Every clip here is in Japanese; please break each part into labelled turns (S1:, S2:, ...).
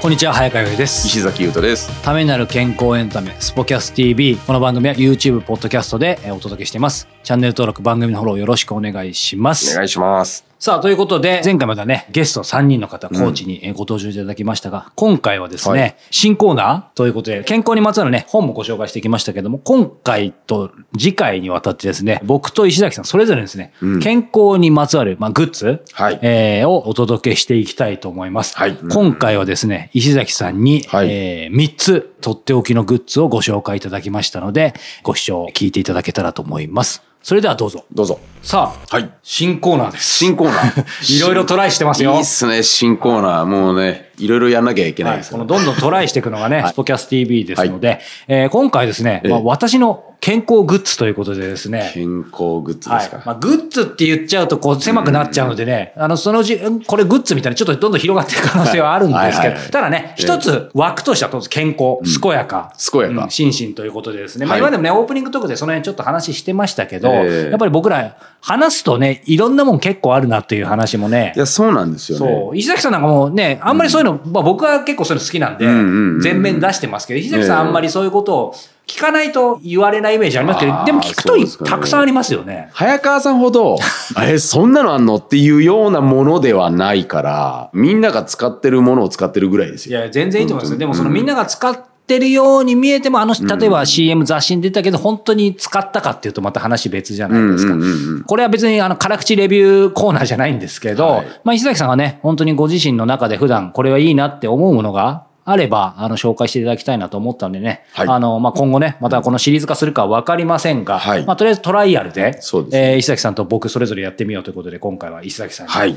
S1: こんにちは早川由衣です
S2: 石崎優太です。
S1: ためになる健康エンタメスポキャス TV この番組は YouTube ポッドキャストでえーお届けしていますチャンネル登録番組のフォローよろしくお願いします
S2: お願いします。
S1: さあということで前回まだねゲスト3人の方コーチにえーご登場いただきましたが、今回はですね、
S2: はい
S1: 新コーナーということで健康にまつわるね本もご紹介してきましたけども今回と次回にわたってですね僕と石崎さんそれぞれですね、
S2: うん
S1: 健康にまつわる、まあ、グッズ、
S2: はい
S1: えーをお届けしていきたいと思います、
S2: はい
S1: 今回はですね石崎さんに、
S2: はい
S1: え3つとっておきのグッズをご紹介いただきましたのでご視聴聞いていただけたらと思いますそれではどうぞ
S2: どうぞ。
S1: さあ
S2: はい。
S1: 新コーナーです
S2: 新コーナー。
S1: いろいろトライしてますよ
S2: いいっすね、新コーナー。もうね、いろいろやんなきゃいけない
S1: はい、
S2: です
S1: こ
S2: ね、
S1: のどんどんトライしていくのがね、スポキャス TV ですので、えー今回ですね、
S2: ええ
S1: まあ、私の健康グッズということでですね、
S2: 健康グッズで
S1: は
S2: す
S1: い
S2: か。
S1: まあ、グッズって言っちゃうとこう狭くなっちゃうのでね、あのそのうち、うんこれグッズみたいにちょっとどんどん広がっていく可能性はあるんですけ
S2: はいはいはいは
S1: ど、
S2: い
S1: ただね、
S2: ええ
S1: 一つ枠としては当然健康、健やか、
S2: 健やか
S1: うん心身ということでですね、まあ、
S2: はい
S1: 今でもね、オープニングトークでその辺ちょっと話してましたけど、
S2: ええ
S1: やっぱり僕ら話すとね、いろんなもん結構あるなっていう話もね
S2: い、や、そうなんですよね。
S1: そう。石崎さんなんかもうね、あんまりそういうの、まあ僕は結構そういうの好きなんで
S2: うんうんうん、
S1: 全面出してますけど、石崎さん
S2: ええ
S1: あんまりそういうことを聞かないと言われないイメージありますけ
S2: あ
S1: ど、
S2: ー
S1: でも聞くと
S2: そうですかね
S1: たくさんありますよね。
S2: 早川さんほ ど、え、そんなのあんのっていうようなものではないから、みんなが使ってるものを使ってるぐらいです
S1: い
S2: よ。
S1: や、全然いいと思いますよ。
S2: うん
S1: でもそのみんなが使ってるように見えても、あの、例えば CM 雑誌に出たけど、本当に使ったかっていうとまた話別じゃないですか
S2: うんうんうんうん。
S1: これは別にあの、辛口レビューコーナーじゃないんですけど、
S2: はい
S1: まあ石崎さんがね、本当にご自身の中で普段これはいいなって思うものがあれば、あの、紹介していただきたいなと思ったんでね、
S2: はい
S1: あの、まあ今後ね、またこのシリーズ化するかは分かりませんが、
S2: はい
S1: まあとりあえずトライアルで、
S2: そうですね
S1: えー石崎さんと僕それぞれやってみようということで、今回は石崎さんに、
S2: はい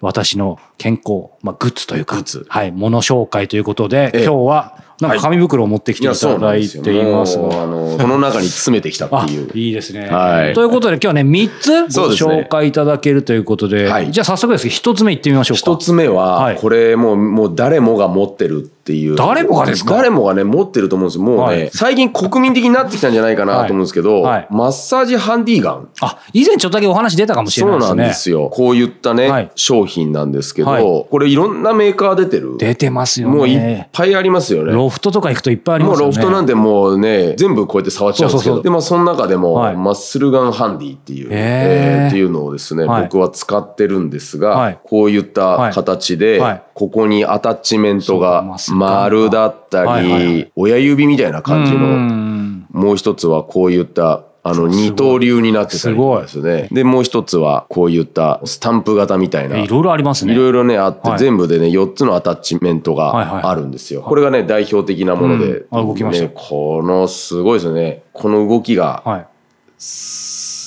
S1: 私の健康、まあグッズというか、
S2: グッズ
S1: はい、もの紹介ということで、
S2: ええ
S1: 今日はなんか紙袋を持ってきていただいています
S2: もう
S1: が、
S2: あの、この中に詰めてきたって いう。
S1: いいですね。
S2: はい
S1: ということで今日ね、3つ
S2: そ
S1: ご
S2: うですね
S1: 紹介いただけるということで、
S2: はい
S1: じゃあ早速ですけど、1つ目いってみましょうか。
S2: 一つ目は、
S1: はい
S2: これもう、もう誰もが持ってるっていう。
S1: 誰もがですか
S2: 誰もがね、持ってると思うんですよ。もうね、
S1: はい
S2: 最近国民的になってきたんじゃないかなと思うんですけど、
S1: はいはい
S2: マッサージハンディガン。
S1: あ、以前ちょっとだけお話出たかもしれな
S2: そ
S1: いうです
S2: なん
S1: ね。
S2: ですよ。こういったね、
S1: はい
S2: 商品なんですけど、
S1: はい
S2: これいろんなメーカー出てる。
S1: 出てますよね。
S2: もういっぱいありますよね。
S1: ロフトとか行くといっぱいあり
S2: も
S1: ま
S2: う
S1: すよ
S2: ロ
S1: ね。
S2: フトなんてもうね、全部こうやって触っちゃうんですけ
S1: そうそうそ
S2: ど。
S1: う
S2: で、まあその中でも、
S1: はい
S2: マッスルガンハンディっていう、
S1: へー
S2: えーっていうのをですね、
S1: はい
S2: 僕は使ってるんですが、
S1: はい
S2: こういった形で、
S1: はいはい
S2: ここにアタッチメント
S1: そうマ
S2: が
S1: スガンか
S2: 丸だったり、
S1: はいはいはい
S2: 親指みたいな感じの、
S1: の。
S2: もう一つはこういった、あの、二刀流になってたりとかですね。で、もう一つはこういったスタンプ型みたいな。
S1: いろいろありますね。
S2: いろいろね、あって、
S1: はい
S2: 全部でね、4つのアタッチメント
S1: はいはい
S2: があるんですよ。これがね、代表的なもので
S1: うん。あ動きました
S2: ねこの、すごいですよね。この動きが、
S1: はい。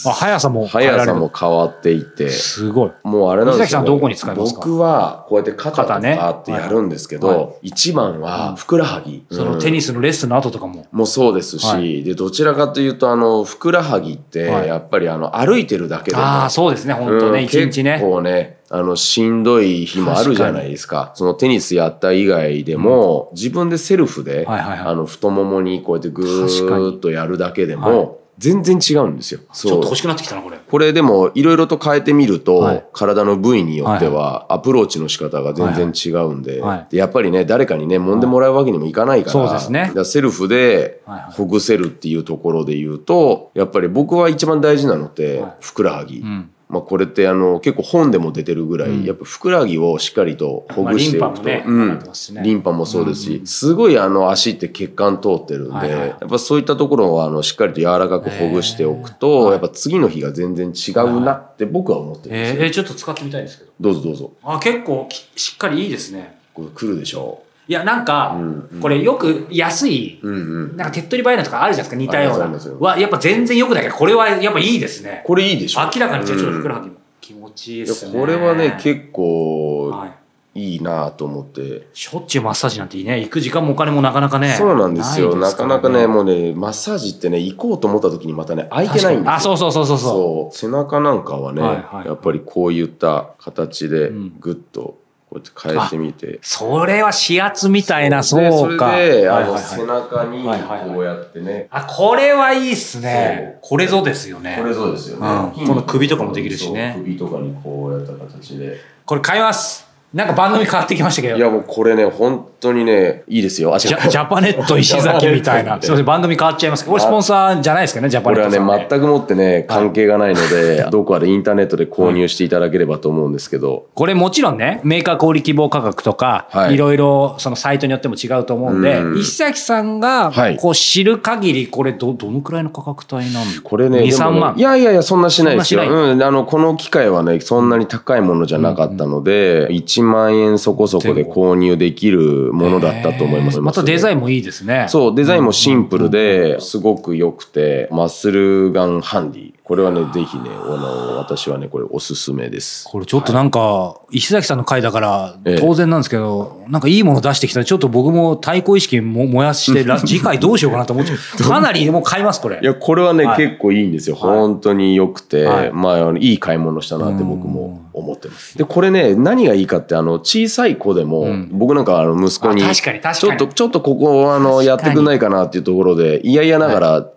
S1: あ、速さも変えられる。
S2: 速さも変わっていて、
S1: すごい。
S2: もうあれなんですよ。
S1: 石崎さんどこに使いますか
S2: 僕は、こうやって肩と
S1: 肩ね
S2: かってやるんですけ
S1: はいは
S2: ど、一番は、ふくらはぎ。
S1: そのテニ
S2: ス。
S1: スのレッスンの後とかも。
S2: もそうですし、
S1: はい
S2: で、どちらかというと、あの、ふくらはぎって、
S1: はい
S2: やっぱり、あの、歩いてるだけでも、
S1: ああ、そうですね。本当
S2: う
S1: ね、
S2: ん
S1: 一日ね
S2: 結。構ね、あの、しんどい日もあるじゃないですか。そのテニスやった以外でも、自分でセルフで、
S1: はいはいはい
S2: あの、太ももにこうやってぐ
S1: 確か
S2: ー
S1: に
S2: っとやるだけでも、
S1: はい
S2: 全然違うんですよ。
S1: ちょっと
S2: そう
S1: 欲しくなってきたな、これ。
S2: これでも、いろいろと変えてみると、
S1: はい
S2: 体の部位によっては、アプローチの仕方が全然違うんで、
S1: はいはい
S2: でやっぱりね、誰かにね、揉んでもらうわけにもいかないから、
S1: はいそうですね
S2: だからセルフで
S1: はいはい
S2: ほぐせるっていうところで言うと、やっぱり僕は一番大事なのって、
S1: はい
S2: ふくらはぎ。
S1: うん。
S2: まあ、これってあの結構本でも出てるぐらい、
S1: うん
S2: やっぱふくらはぎをしっかりとほ
S1: まあ
S2: ぐ
S1: リ
S2: し
S1: ン
S2: てい
S1: パも
S2: くと、
S1: ね、
S2: う
S1: 流れ
S2: ん
S1: てますしね
S2: リンパもそうですし、
S1: うん
S2: すごいあの足って血管通ってるんで、
S1: はいはい
S2: やっぱそういったところをあのしっかりと柔らかくほぐしておく
S1: へー
S2: と、やっぱ次の日が全然違うなって僕は思ってるんです
S1: え
S2: よ。
S1: ーえー、ちょっと使ってみたいですけど。
S2: どうぞどうぞ。
S1: あ、結構きしっかりいいですね。
S2: これ来るでしょ
S1: いや、なんか
S2: う、んうん
S1: これよく安い、
S2: うんうん。
S1: なんか手っ取り早いのとかあるじゃないですか、似たよう
S2: ありますあり
S1: な。
S2: ます
S1: は、やっぱ全然良くないけど、これはやっぱいいですね。
S2: これいいでしょ
S1: 明らかにじゃあちょっとふくら
S2: は
S1: はぎも気持ちいい
S2: ぎ
S1: ですね。
S2: これはね、結構
S1: はい
S2: いいなぁと思って。
S1: しょっちゅうマッサージなんていいね。行く時間もお金もなかなかね。
S2: そうなんですよ。
S1: い
S2: な
S1: です
S2: からなかね、もうね、マッサージってね、行こうと思った時にまたね、空いてないんですよ。
S1: あ、そうそうそうそうそ
S2: そう背中なんかはね、
S1: はいはい
S2: やっぱりこういった形で
S1: うん
S2: ぐっとこうやって変えてみて
S1: う。、それは指圧みたいな、
S2: で
S1: そうか。
S2: それで、あの、
S1: はいはいはい
S2: 背中に
S1: はいはいはい
S2: こうやってね、
S1: あ、これはいいっすね。これぞですよね。
S2: これそうですよね、
S1: うん
S2: 筋肉
S1: この首とかもできるしね
S2: そう首とかにこうやった形で
S1: これ買います。なんか番組変わってきましたけど。
S2: いやもうこれね本当にねいいですよあ
S1: ジ
S2: 違う
S1: ャジャパネット石崎みたいな。すいません、番組変わっちゃいますけど、これスポンサーじゃないですかね、ジャパ
S2: こ
S1: ネ
S2: れ
S1: ッ
S2: は
S1: トさ
S2: ね
S1: ん、
S2: 全くもってね関係がないの で、どこかでインターネットで購入していただければと思うんですけど、
S1: これもちろんね、メーカー小売希望価格とか、、
S2: はいい
S1: ろいろそのサイトによっても違うと思うんで、
S2: うん
S1: 石崎さんが
S2: はい
S1: こう知る限り、これど、どのくらいの価格帯なんですか
S2: これね、
S1: 2、
S2: でも
S1: 3
S2: ね
S1: 万
S2: い。やいやいや、そんなしないですよ。
S1: そんなし
S2: うん、あの、この機械はね、そんなに高いものじゃなかったので、1万円そこそこで購入できるものだったと思います。
S1: またデザ
S2: イン
S1: インもいいですね。
S2: そう、デザインもシンプルで、すごく良くて、マッスルガンハンディ。これはね、ぜひね、あの、私はね、これおすすめです。
S1: これちょっとなんか、石崎さんの回だから
S2: ええ
S1: 当然なんですけど、なんかいいもの出してきたらちょっと僕も対抗意識も燃やして ら次回どうしようかなと思っちゃうかなりもう買いますこれ
S2: いや、これはね、
S1: はい
S2: 結構いいんですよ。
S1: はい
S2: 本当に良くて、
S1: はい
S2: まああの、いい買い物したなって僕も思ってます。で、これね、何がいいかって、あの、小さい子でも、
S1: うん
S2: 僕なんかあの、息子に、
S1: あ確かに確かに
S2: ちょっと、ちょっとここ、あの、やってくんないかなっていうところで、いやいやながら、ね、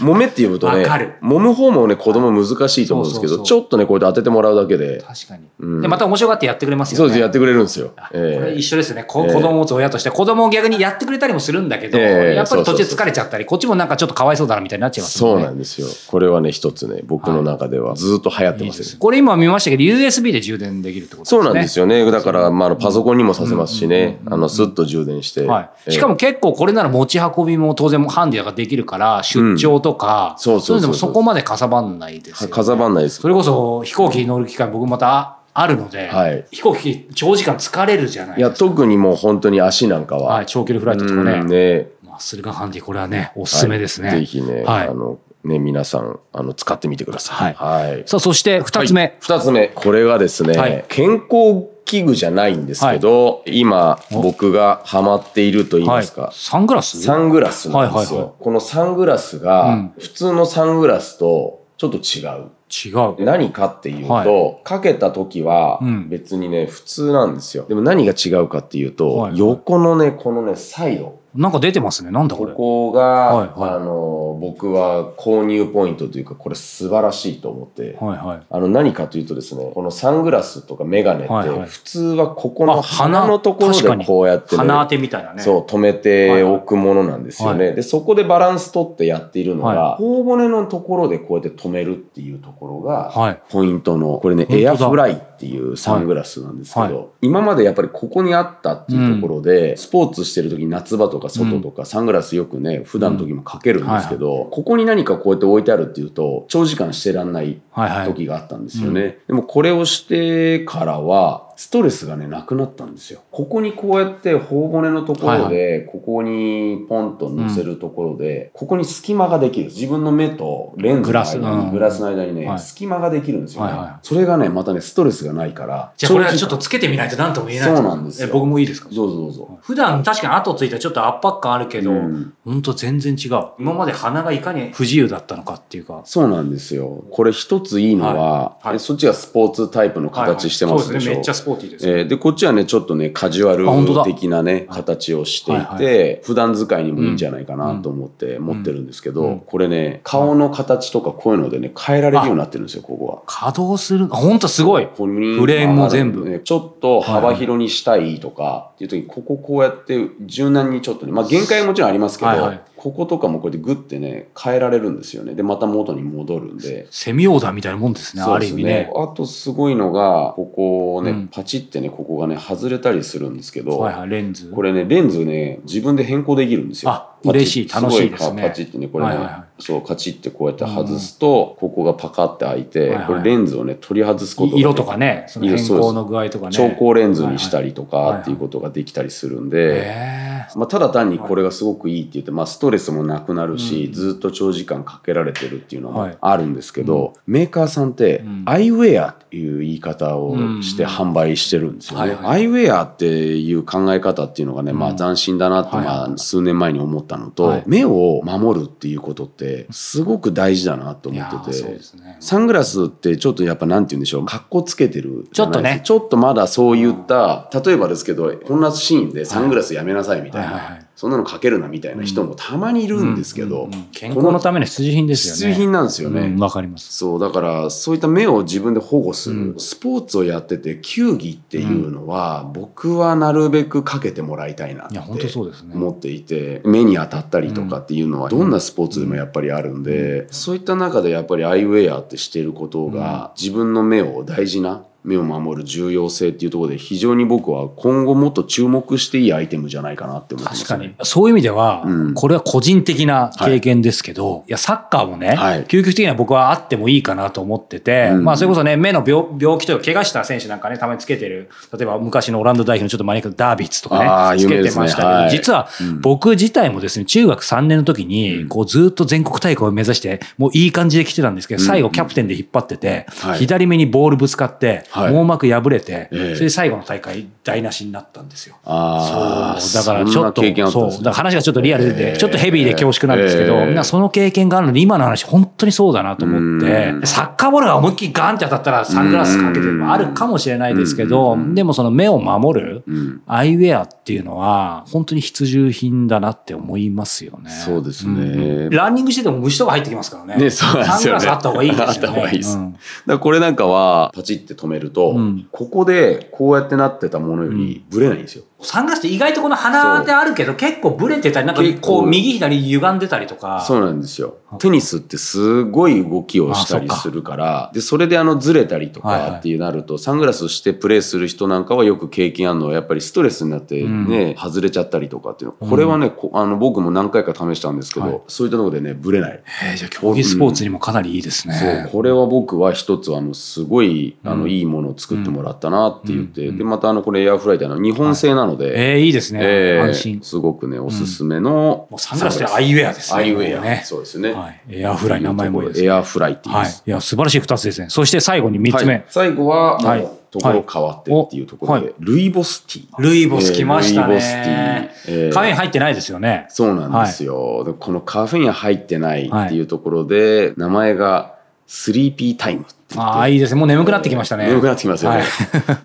S2: 揉めって呼ぶと ね
S1: わかる、
S2: 揉む方もね、子供難しいと思うんですけ
S1: そうそ
S2: ど、
S1: う
S2: ち
S1: そ
S2: ょっとね、こうやって当ててもらうだけで、
S1: 確かに、
S2: うん
S1: でまた面白がってやってくれますよね
S2: そうです、やってくれるんですよ
S1: あ。これ
S2: え
S1: 一緒ですね、こ
S2: ええ
S1: 子供を持つ親として子供を逆にやってくれたりもするんだけど、
S2: ええ
S1: やっぱり途中
S2: そうそうそう
S1: 疲れちゃったりこっちもなんかちょっとかわいそうだなみたいになっち
S2: え
S1: ゃいます
S2: そ
S1: よ
S2: う
S1: ね
S2: なんですよ。これはね、一つね、僕の中ではずっと流行って
S1: いい
S2: ま
S1: です
S2: ね
S1: す。これ今見ましたけど USB で充電できるってことです
S2: そ
S1: ね
S2: うなんですよね。だから、まあ、パソコンにもさせますしね
S1: う、ん
S2: あの、スッと充電して。
S1: はい、しか
S2: も、
S1: も結構これなら持ち運びも当然ハンディだからできるから出張とか、
S2: んそうそうそうそう
S1: いうのもそこまでかさばんないですよ、ね、
S2: かさばんないです。
S1: それこそ飛行機に乗る機会僕またあるので、
S2: はい
S1: 飛行機長時間疲れるじゃない
S2: いや、
S1: ですか
S2: 特にもう本当に足なんかは。
S1: はい、長距離フライトとか
S2: うん
S1: ね
S2: ね。
S1: マッスルガンハンディこれはねおすすめですね、
S2: はいぜひね、
S1: はい
S2: あの、ね、皆さん、あの、使ってみてください。はい。
S1: さあそして2つ目、
S2: 二つ目。これがですね、
S1: はい
S2: 健康器具じゃないんですけど、今、
S1: お
S2: 僕がハマっていると言い
S1: は
S2: ま
S1: い
S2: すか、
S1: サングラス
S2: サングラスなんですよ。
S1: はいはい
S2: このサングラス
S1: う
S2: が
S1: ん、
S2: 普通のサングラスとちょっと違う。
S1: 違う
S2: 何かっていうと、
S1: は
S2: かけた時は
S1: うん
S2: 別にね、普通なんですよ。でも何が違うかっていうと、
S1: はいはい
S2: 横のね、このね、サイド。
S1: なんか出てますねなんだこ
S2: こ
S1: れ
S2: こが、
S1: はいはい
S2: あの、僕は購入ポイントというか、これ素晴らしいと思って、
S1: はいはい
S2: あの、何かというとですね、このサングラスとかメガネ
S1: はい
S2: っ
S1: は
S2: て、
S1: い
S2: 普通はここの
S1: あ鼻
S2: 鼻のところ
S1: 確かに
S2: でこうやってね、
S1: 鼻当てみたいなね
S2: そう、止めておくものなんですよね。で、そこでバランス取ってやっているのが、
S1: は
S2: 頬骨のところでこうやって止めるっていうところが、
S1: はい
S2: ポイントの、これね、
S1: 本当
S2: エ
S1: だ
S2: アフライっていうサングラスなんですけど、
S1: はい
S2: 今までやっぱりここにあったっていうところで、スポーツしてる時夏場とか外とか、サングラスよくね、普段の時もかけるんですけど、ここに何かこうやって置いてあるっていうと、長時間してらんない
S1: はいはい
S2: 時があったんですよね、でもこれをしてからはストレスがねなくなったんですよここにこうやって頬骨のところで、ここにポンと乗せるところで、ここに隙間ができる自分の目とレンズ
S1: グ
S2: の
S1: ラス
S2: 間
S1: うん
S2: にグラスの間にね、
S1: はい
S2: 隙間ができるんですよね、
S1: はいはい
S2: それがねまたねストレスがないから
S1: じゃあこれはちょっ
S2: 長
S1: とつけてみないと何とも言えない
S2: そうなんですよ
S1: え僕もいいですか
S2: 時間どうぞどうぞ、
S1: 普段確かに後ついたらちょっと圧迫感あるけど、
S2: うん
S1: ほんと全然違う。今まで鼻がいかに不自由だったのかっていうか。
S2: そうなんですよこれ一ついいのは、
S1: はいはい
S2: えそっちがスポーツタイプの形してます
S1: そう
S2: でしょ、
S1: ですね。めっちゃスポーティーです。
S2: えーで、こっちはね、ちょっとね、カジュア
S1: あ本当だ
S2: ル的なね、形をしていて、
S1: はい
S2: 普段使いにもいいんじゃないかなと思って持ってるんですけど、
S1: うんうん
S2: これね、顔の形とかこういうのでね、変えられるようになってるんですよ、ここは。
S1: 稼働する。あほんとすごい。
S2: ここに
S1: フレームも全部
S2: ねちょっと幅広にしたいとかっていう時に、こここうやって柔軟にちょっとね、まあ限界はもちろんありますけど、
S1: はいはい
S2: こことかもこうやってグッてね、変えられるんですよね。で、また元に戻るんで。
S1: セミオーダーみたいなもんですね。
S2: そ
S1: あ
S2: う
S1: る
S2: で
S1: 意
S2: す
S1: 味ね。
S2: あとすごいのが、ここをね、
S1: うん
S2: パチってね、ここがね、外れたりするんですけど、
S1: はいはい、レンズ。
S2: これね、レンズね、自分で変更できるんですよ。
S1: あ
S2: パチッ
S1: 嬉しい楽しいですね
S2: ごかパチってね、これね、
S1: はいはいは
S2: そう、カチってこうやって外すと、ここがパカって開いて、
S1: はいはい
S2: これレンズをね、取り外すことがね、
S1: 色とかね、その変更の具合とかね。
S2: 調光レンズにしたりと
S1: はいはい
S2: かっていうことができたりするんで、
S1: ええ
S2: まあ、ただ単にこれがすごくいいって言って、まあ、ストレスもなくなるし、
S1: うん
S2: ずっと長時間かけられてるっていうの
S1: は
S2: も
S1: い
S2: あるんですけど、メーカーさんって、
S1: うん
S2: アイウェアっていう言い方をして
S1: うん
S2: 販売してるんですよ
S1: は
S2: ね、
S1: いはい
S2: アイウェアっていう考え方っていうのがね、ま
S1: う
S2: あ、
S1: ん
S2: 斬新だなって、
S1: はい
S2: まあ、数年前に思ったのと、
S1: はい
S2: 目を守るっていうことってすごく大事だなと
S1: い
S2: 思
S1: や
S2: っ
S1: ー
S2: てて。
S1: そうですね。
S2: サングラスってちょっとやっぱなんて言うんでしょう、格好つけてるじゃないですか
S1: ちょっとね
S2: ちょっとまだそういった、例えばですけど、こんなシーンでサングラスやめなさいみたいな、
S1: はいはいはい
S2: そんなのかけるなみたいな人もたまにいるんですけど、
S1: うんうんうん健康のための必需品ですよね。
S2: 必需品なんですよね。
S1: うんわかります。
S2: そう、だから、そういった目を自分で保護する、
S1: うん
S2: スポーツをやってて、球技っていうのは、僕はなるべくかけてもらいたいなっ
S1: い
S2: て
S1: や、本当そうですね。
S2: 思っていて、目に当たったりとかっていうのは、どんなスポーツでもやっぱりあるんで、そういった中でやっぱりアイウェアってしてることが、自分の目を大事な、目を守る重要性っていうところで非常に僕は今後もっと注目していいアイテムじゃないかなって思ってま
S1: 確
S2: す、
S1: かに。。そういう意味では、
S2: うん
S1: これは個人的な経験ですけど、い、や、サッカーもね、
S2: はい
S1: 究極的には僕はあってもいいかなと思ってて、
S2: うん
S1: まあ、それこそね、目の病病気というか、怪我した選手なんかね、たまにつけてる、例えば昔のオランダ代表のちょっとマニアックなダービッツと
S2: あ
S1: か
S2: ー
S1: ね、つ
S2: 有名
S1: け
S2: で
S1: て
S2: すね
S1: ましたけど、
S2: はい
S1: 実は
S2: うん
S1: 僕自体もですね、中学3年の時に、
S2: うん
S1: こう、ずっと全国大会を目指して、もういい感じで来てたんですけど、
S2: うん
S1: 最後キャプテンで引っ張ってて、
S2: はい
S1: 左目にボールぶつかって、
S2: はい
S1: 網膜破れて、
S2: ええ
S1: それで最後の大会、台無しになったんですよ。
S2: ああ、
S1: そうだからちょっと
S2: そんな経験あった
S1: そ
S2: んで
S1: うだ
S2: すね
S1: から話がちょっとリアルで、
S2: えー
S1: ちょっとヘビーで恐縮なんですけど、
S2: えー
S1: みんなその経験があるので今の話本当にそうだなと思って
S2: うん
S1: サッカーボールが思いっきりガーンって当たったらサングラスかけてもあるかもしれないですけど
S2: うん
S1: でもその目を守る
S2: うん
S1: アイウェアっていうのは本当に必需品だなって思いますよね。
S2: そうですね
S1: んランニングしてても虫とか入ってきますからね。
S2: ねそうなん
S1: サ
S2: で
S1: ン
S2: す
S1: グ
S2: よ
S1: ラ
S2: ね
S1: スあった方がいいですよね。
S2: あった方がいいです
S1: うん
S2: だからこれなんかは、パチって止めると、
S1: うん
S2: ここでこうやってなってたものよりブレないんですよ。
S1: サングラスって意外とこの鼻ってあるけど結構ブレてたり、なんか
S2: 結
S1: こ
S2: 構
S1: う右左歪んでたりとか。
S2: そうなんですよ
S1: あ。
S2: テニスってすごい動きをした
S1: あ
S2: り
S1: そっか
S2: するから、で、それであのずれたりと
S1: はいはい
S2: かっていうなると、サングラスしてプレーする人なんかはよく経験あるのは、やっぱりストレスになってね、外れちゃったりとかっていうの。これはね、こあの僕も何回か試したんですけど、
S1: はい
S2: そういったところでね、ブレない。
S1: えーじゃあ競技スポーツにもかなりいいです
S2: そう
S1: ね。
S2: これは僕は一つあのすごいあ
S1: う
S2: の
S1: ん
S2: いいものを作ってもらったなって言って、
S1: うん
S2: でまたあのこれエアフライターの日本製なので、
S1: えーいいですね。
S2: ええ
S1: 安心。
S2: すごくね、おすすめの。
S1: もうサングラスってアイウェアですね。
S2: アイウェア。
S1: ね。
S2: そうですね。
S1: はい。エアフライ、名前もいいですね。
S2: エアフライって言い
S1: は
S2: ま
S1: い。
S2: す。
S1: いや、素晴らしい二つですね。そして最後に三つ目。
S2: はい最後は、もう
S1: はい
S2: ところ変わってっていうところで、
S1: は
S2: ルイボスティー。
S1: ルイボス来ました
S2: えールイボステ
S1: ね。
S2: ィーえー
S1: カフェイン入ってないですよね。
S2: そうなんですよ、でこのカフェイン入ってないっていうところで、名前がスリーピータイムって言って
S1: ああ、いいですね。もう眠くなってきましたね。
S2: 眠くなってきますよね。
S1: はい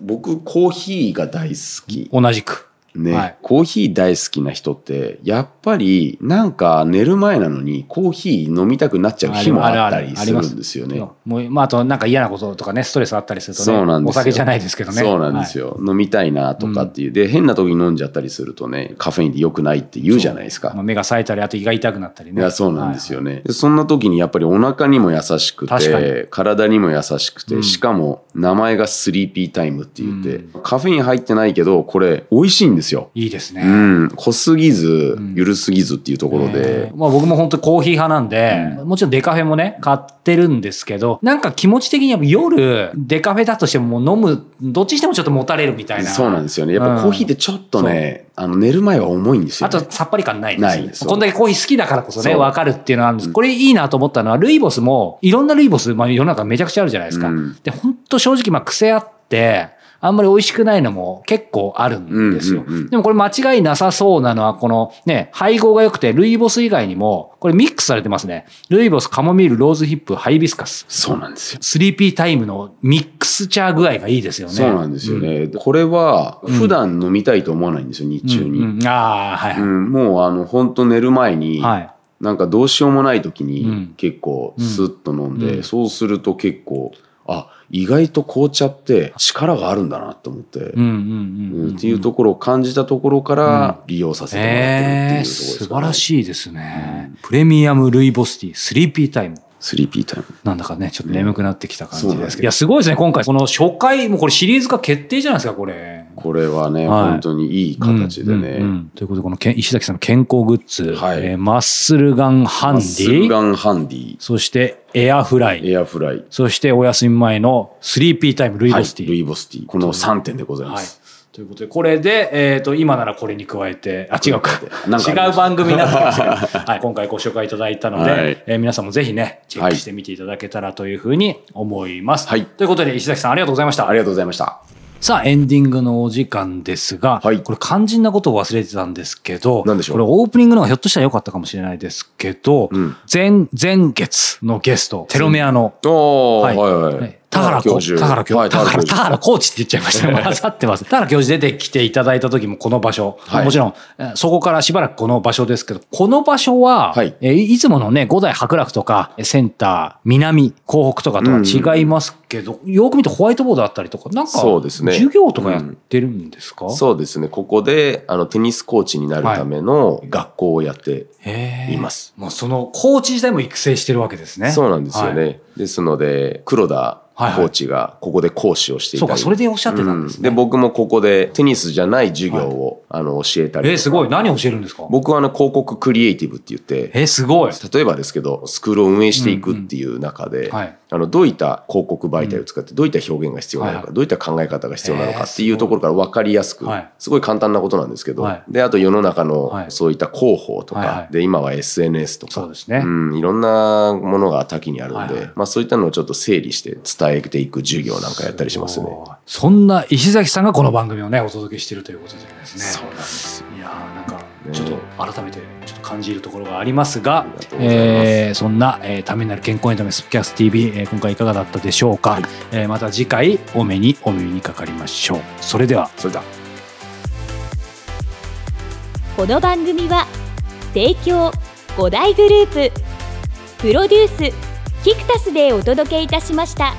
S2: 僕、コーヒーが大好き。
S1: 同じく。
S2: ね、
S1: はい
S2: コーヒー大好きな人って、やっぱりなんか寝る前なのにコーヒー飲みたくなっちゃう日もあったり
S1: あ
S2: す
S1: り
S2: る
S1: ます
S2: んですよね。
S1: もう、まあ、あとなんか嫌なこととかね、ストレスあったりするとね。
S2: そうなんですよ
S1: お酒じゃないですけどね。
S2: そうなんです
S1: よ。
S2: よ、飲みたいなとかっていう。で、変な時に飲んじゃったりするとね、カフェインで良くないって言うじゃないですか。
S1: まあ目が冴えたり、あと胃が痛くなったり
S2: い
S1: ね。
S2: や、そうなんですよね。でそんな時にやっぱりお腹にも優しく
S1: 確かに
S2: て、体にも優しくて、
S1: うん
S2: しかも名前がスリーピータイムって言って、
S1: う
S2: カフェイン入ってないけど、これ美味しいんですよ。
S1: いいですね。
S2: うん、濃すぎず
S1: うん、
S2: ゆるすぎずっていうところ
S1: え
S2: で
S1: ー、まあ僕も本当コーヒー派なんで、もちろんデカフェもね、買ってるんですけど、なんか気持ち的にやっぱ夜、デカフェだとしてももう飲む、どっちにしてもちょっともたれるみたいな。
S2: そうなんですよね。やっ
S1: うん
S2: ぱコーヒーってちょっとね、あの寝る前は重いんですよ、
S1: あ
S2: ね。
S1: とさっぱり感ないです
S2: ないそう
S1: こんだけコーヒー好きだからこそね、
S2: そう
S1: わかるっていうのはあるんです。
S2: うん
S1: これいいなと思ったのは、ルイボスも、いろんなルイボス、まあ世の中めちゃくちゃあるじゃないですか。
S2: うん
S1: で、本当正直まあ癖あって、あんまり美味しくないのも結構あるんですよ。
S2: うんうんうん
S1: でもこれ間違いなさそうなのは、このね、配合が良くて、ルイボス以外にも、これミックスされてますね。ルイボス、カモミール、ローズヒップ、ハイビスカス。
S2: そうなんですよ。
S1: スリーピータイムのミックスチャー具合がいいですよね。
S2: そうなんですよ
S1: うん。
S2: ね。これは
S1: うん
S2: 普段飲みたいと思わないんですよ、日中に。う
S1: うんんうんああ、はいはい。
S2: もうあの本当寝る前に、
S1: はい。
S2: なんかどうしようもない時
S1: うん
S2: に結構スッと飲んで、
S1: うん
S2: そうすると結構あ意外と紅茶って力があるんだなと思って、
S1: うんうん
S2: う
S1: うん
S2: ん
S1: ん。
S2: っていうところを感じたところから利用させてもらってるっていうところ
S1: えー
S2: です
S1: 素
S2: か
S1: 晴ら
S2: い
S1: しいですね。プレミアムルイボスティー、スリーピータイム。
S2: スリーピータイム
S1: なんだかね、ちょっと眠くなってきた感じ
S2: うん
S1: ですけど。いや、すごいですね、今回。この初回、もうこれシリーズ化決定じゃないですか、これ。
S2: これはね、
S1: はい
S2: 本当にいい形でね、
S1: うんうんうんということで、このけん石崎さんの健康グッズ、
S2: はい
S1: えーマッスルガンハンデ
S2: マッスル
S1: ィ、
S2: ガンハンディ
S1: そしてエアフライ、
S2: エアフライ
S1: そしてお休み前のスリーピータイムルイボスティー。
S2: はい、ルイボスティーこの3点でござい
S1: は
S2: ま
S1: い
S2: す、。
S1: とということで、これで、えっ、と、今ならこれに加えて、あ、違うか。
S2: なんかありました
S1: 違う番組になってました けど、はい、今回ご紹介いただいたので、
S2: はい
S1: えー皆さんもぜひね、チェックしてみていただけたらというふうに思います。
S2: はい
S1: ということで、石崎さんありがとうございました。
S2: ありがとうございました。
S1: さあ、エンディングのお時間ですが、
S2: はい
S1: これ肝心なことを忘れてたんですけど、
S2: 何でしょ
S1: こ
S2: う
S1: れオープニングの方がひょっとしたら良かったかもしれないですけど、
S2: うん
S1: 前、前月のゲスト、テロメアの、
S2: お
S1: はい
S2: はいは
S1: はい
S2: い。
S1: 田原コーチ、田原教
S2: はい、
S1: 田原、田
S2: 原。
S1: 原コーチって言っちゃいました ね。混ざってます。田原教授出てきていただいた時もこの場所、
S2: はい
S1: もちろん、えーそこからしばらくこの場所ですけど、この場所は、
S2: はいい、
S1: えーいつものね、五代白楽とか、センター、南、港北とかとは違いますけど、よく見てホワイトボードあったりとか、なんか、
S2: そうですね
S1: 授業とかやってるんですか、
S2: そうですね。ここで、あの、テニスコーチになるための学校をやって
S1: へー
S2: います。
S1: もうその、コーチ時代も育成してるわけですね。
S2: そうなんですよね。
S1: はい
S2: ですので、黒田コ
S1: はいはい
S2: ーチがここで講師をしてい
S1: そ
S2: た
S1: う
S2: り、
S1: か、それでおっしゃってたんですね。
S2: うん僕もここでテニスじゃない授業を、あの教えたり
S1: えーすごい。何教えるんですか
S2: 僕はあの広告クリエイティブって言って
S1: えーすごい。
S2: 例えばですけどスクールを運営していくっていう中で、
S1: うんはい
S2: あのどういった広告媒体を使ってどういった表現が必要なのか、
S1: はい
S2: どういった考え方が必要なの
S1: えー
S2: かっていうところから分かりやすく、
S1: はい
S2: すごい簡単なことなんですけど、
S1: はい
S2: であと世の中
S1: はい
S2: のそういった広報とか、
S1: はいはい
S2: で今は SNS とか
S1: そうですね。
S2: うん、いろんなものが多岐にあるんで、
S1: はいはい
S2: まあ、そういったのをちょっと整理して伝えていく授業なんかやったりしますね。
S1: ごいそんな石崎さんがこの番組をねお届けしてるということでです
S2: そう
S1: ね
S2: なんですよ
S1: いやーなんか
S2: ね
S1: ちょっと改めてちょっと感じるところがありますが
S2: りがとうございます
S1: えーそんな、えー、ためになる健康エンタメスプキャス TV、えー今回いかがだったでしょうか、
S2: はい
S1: えーまた次回お目にお耳にかかりましょうそれでは
S2: それでは
S3: この番組は提供五大グループプロデュースキクタスでお届けいたしました。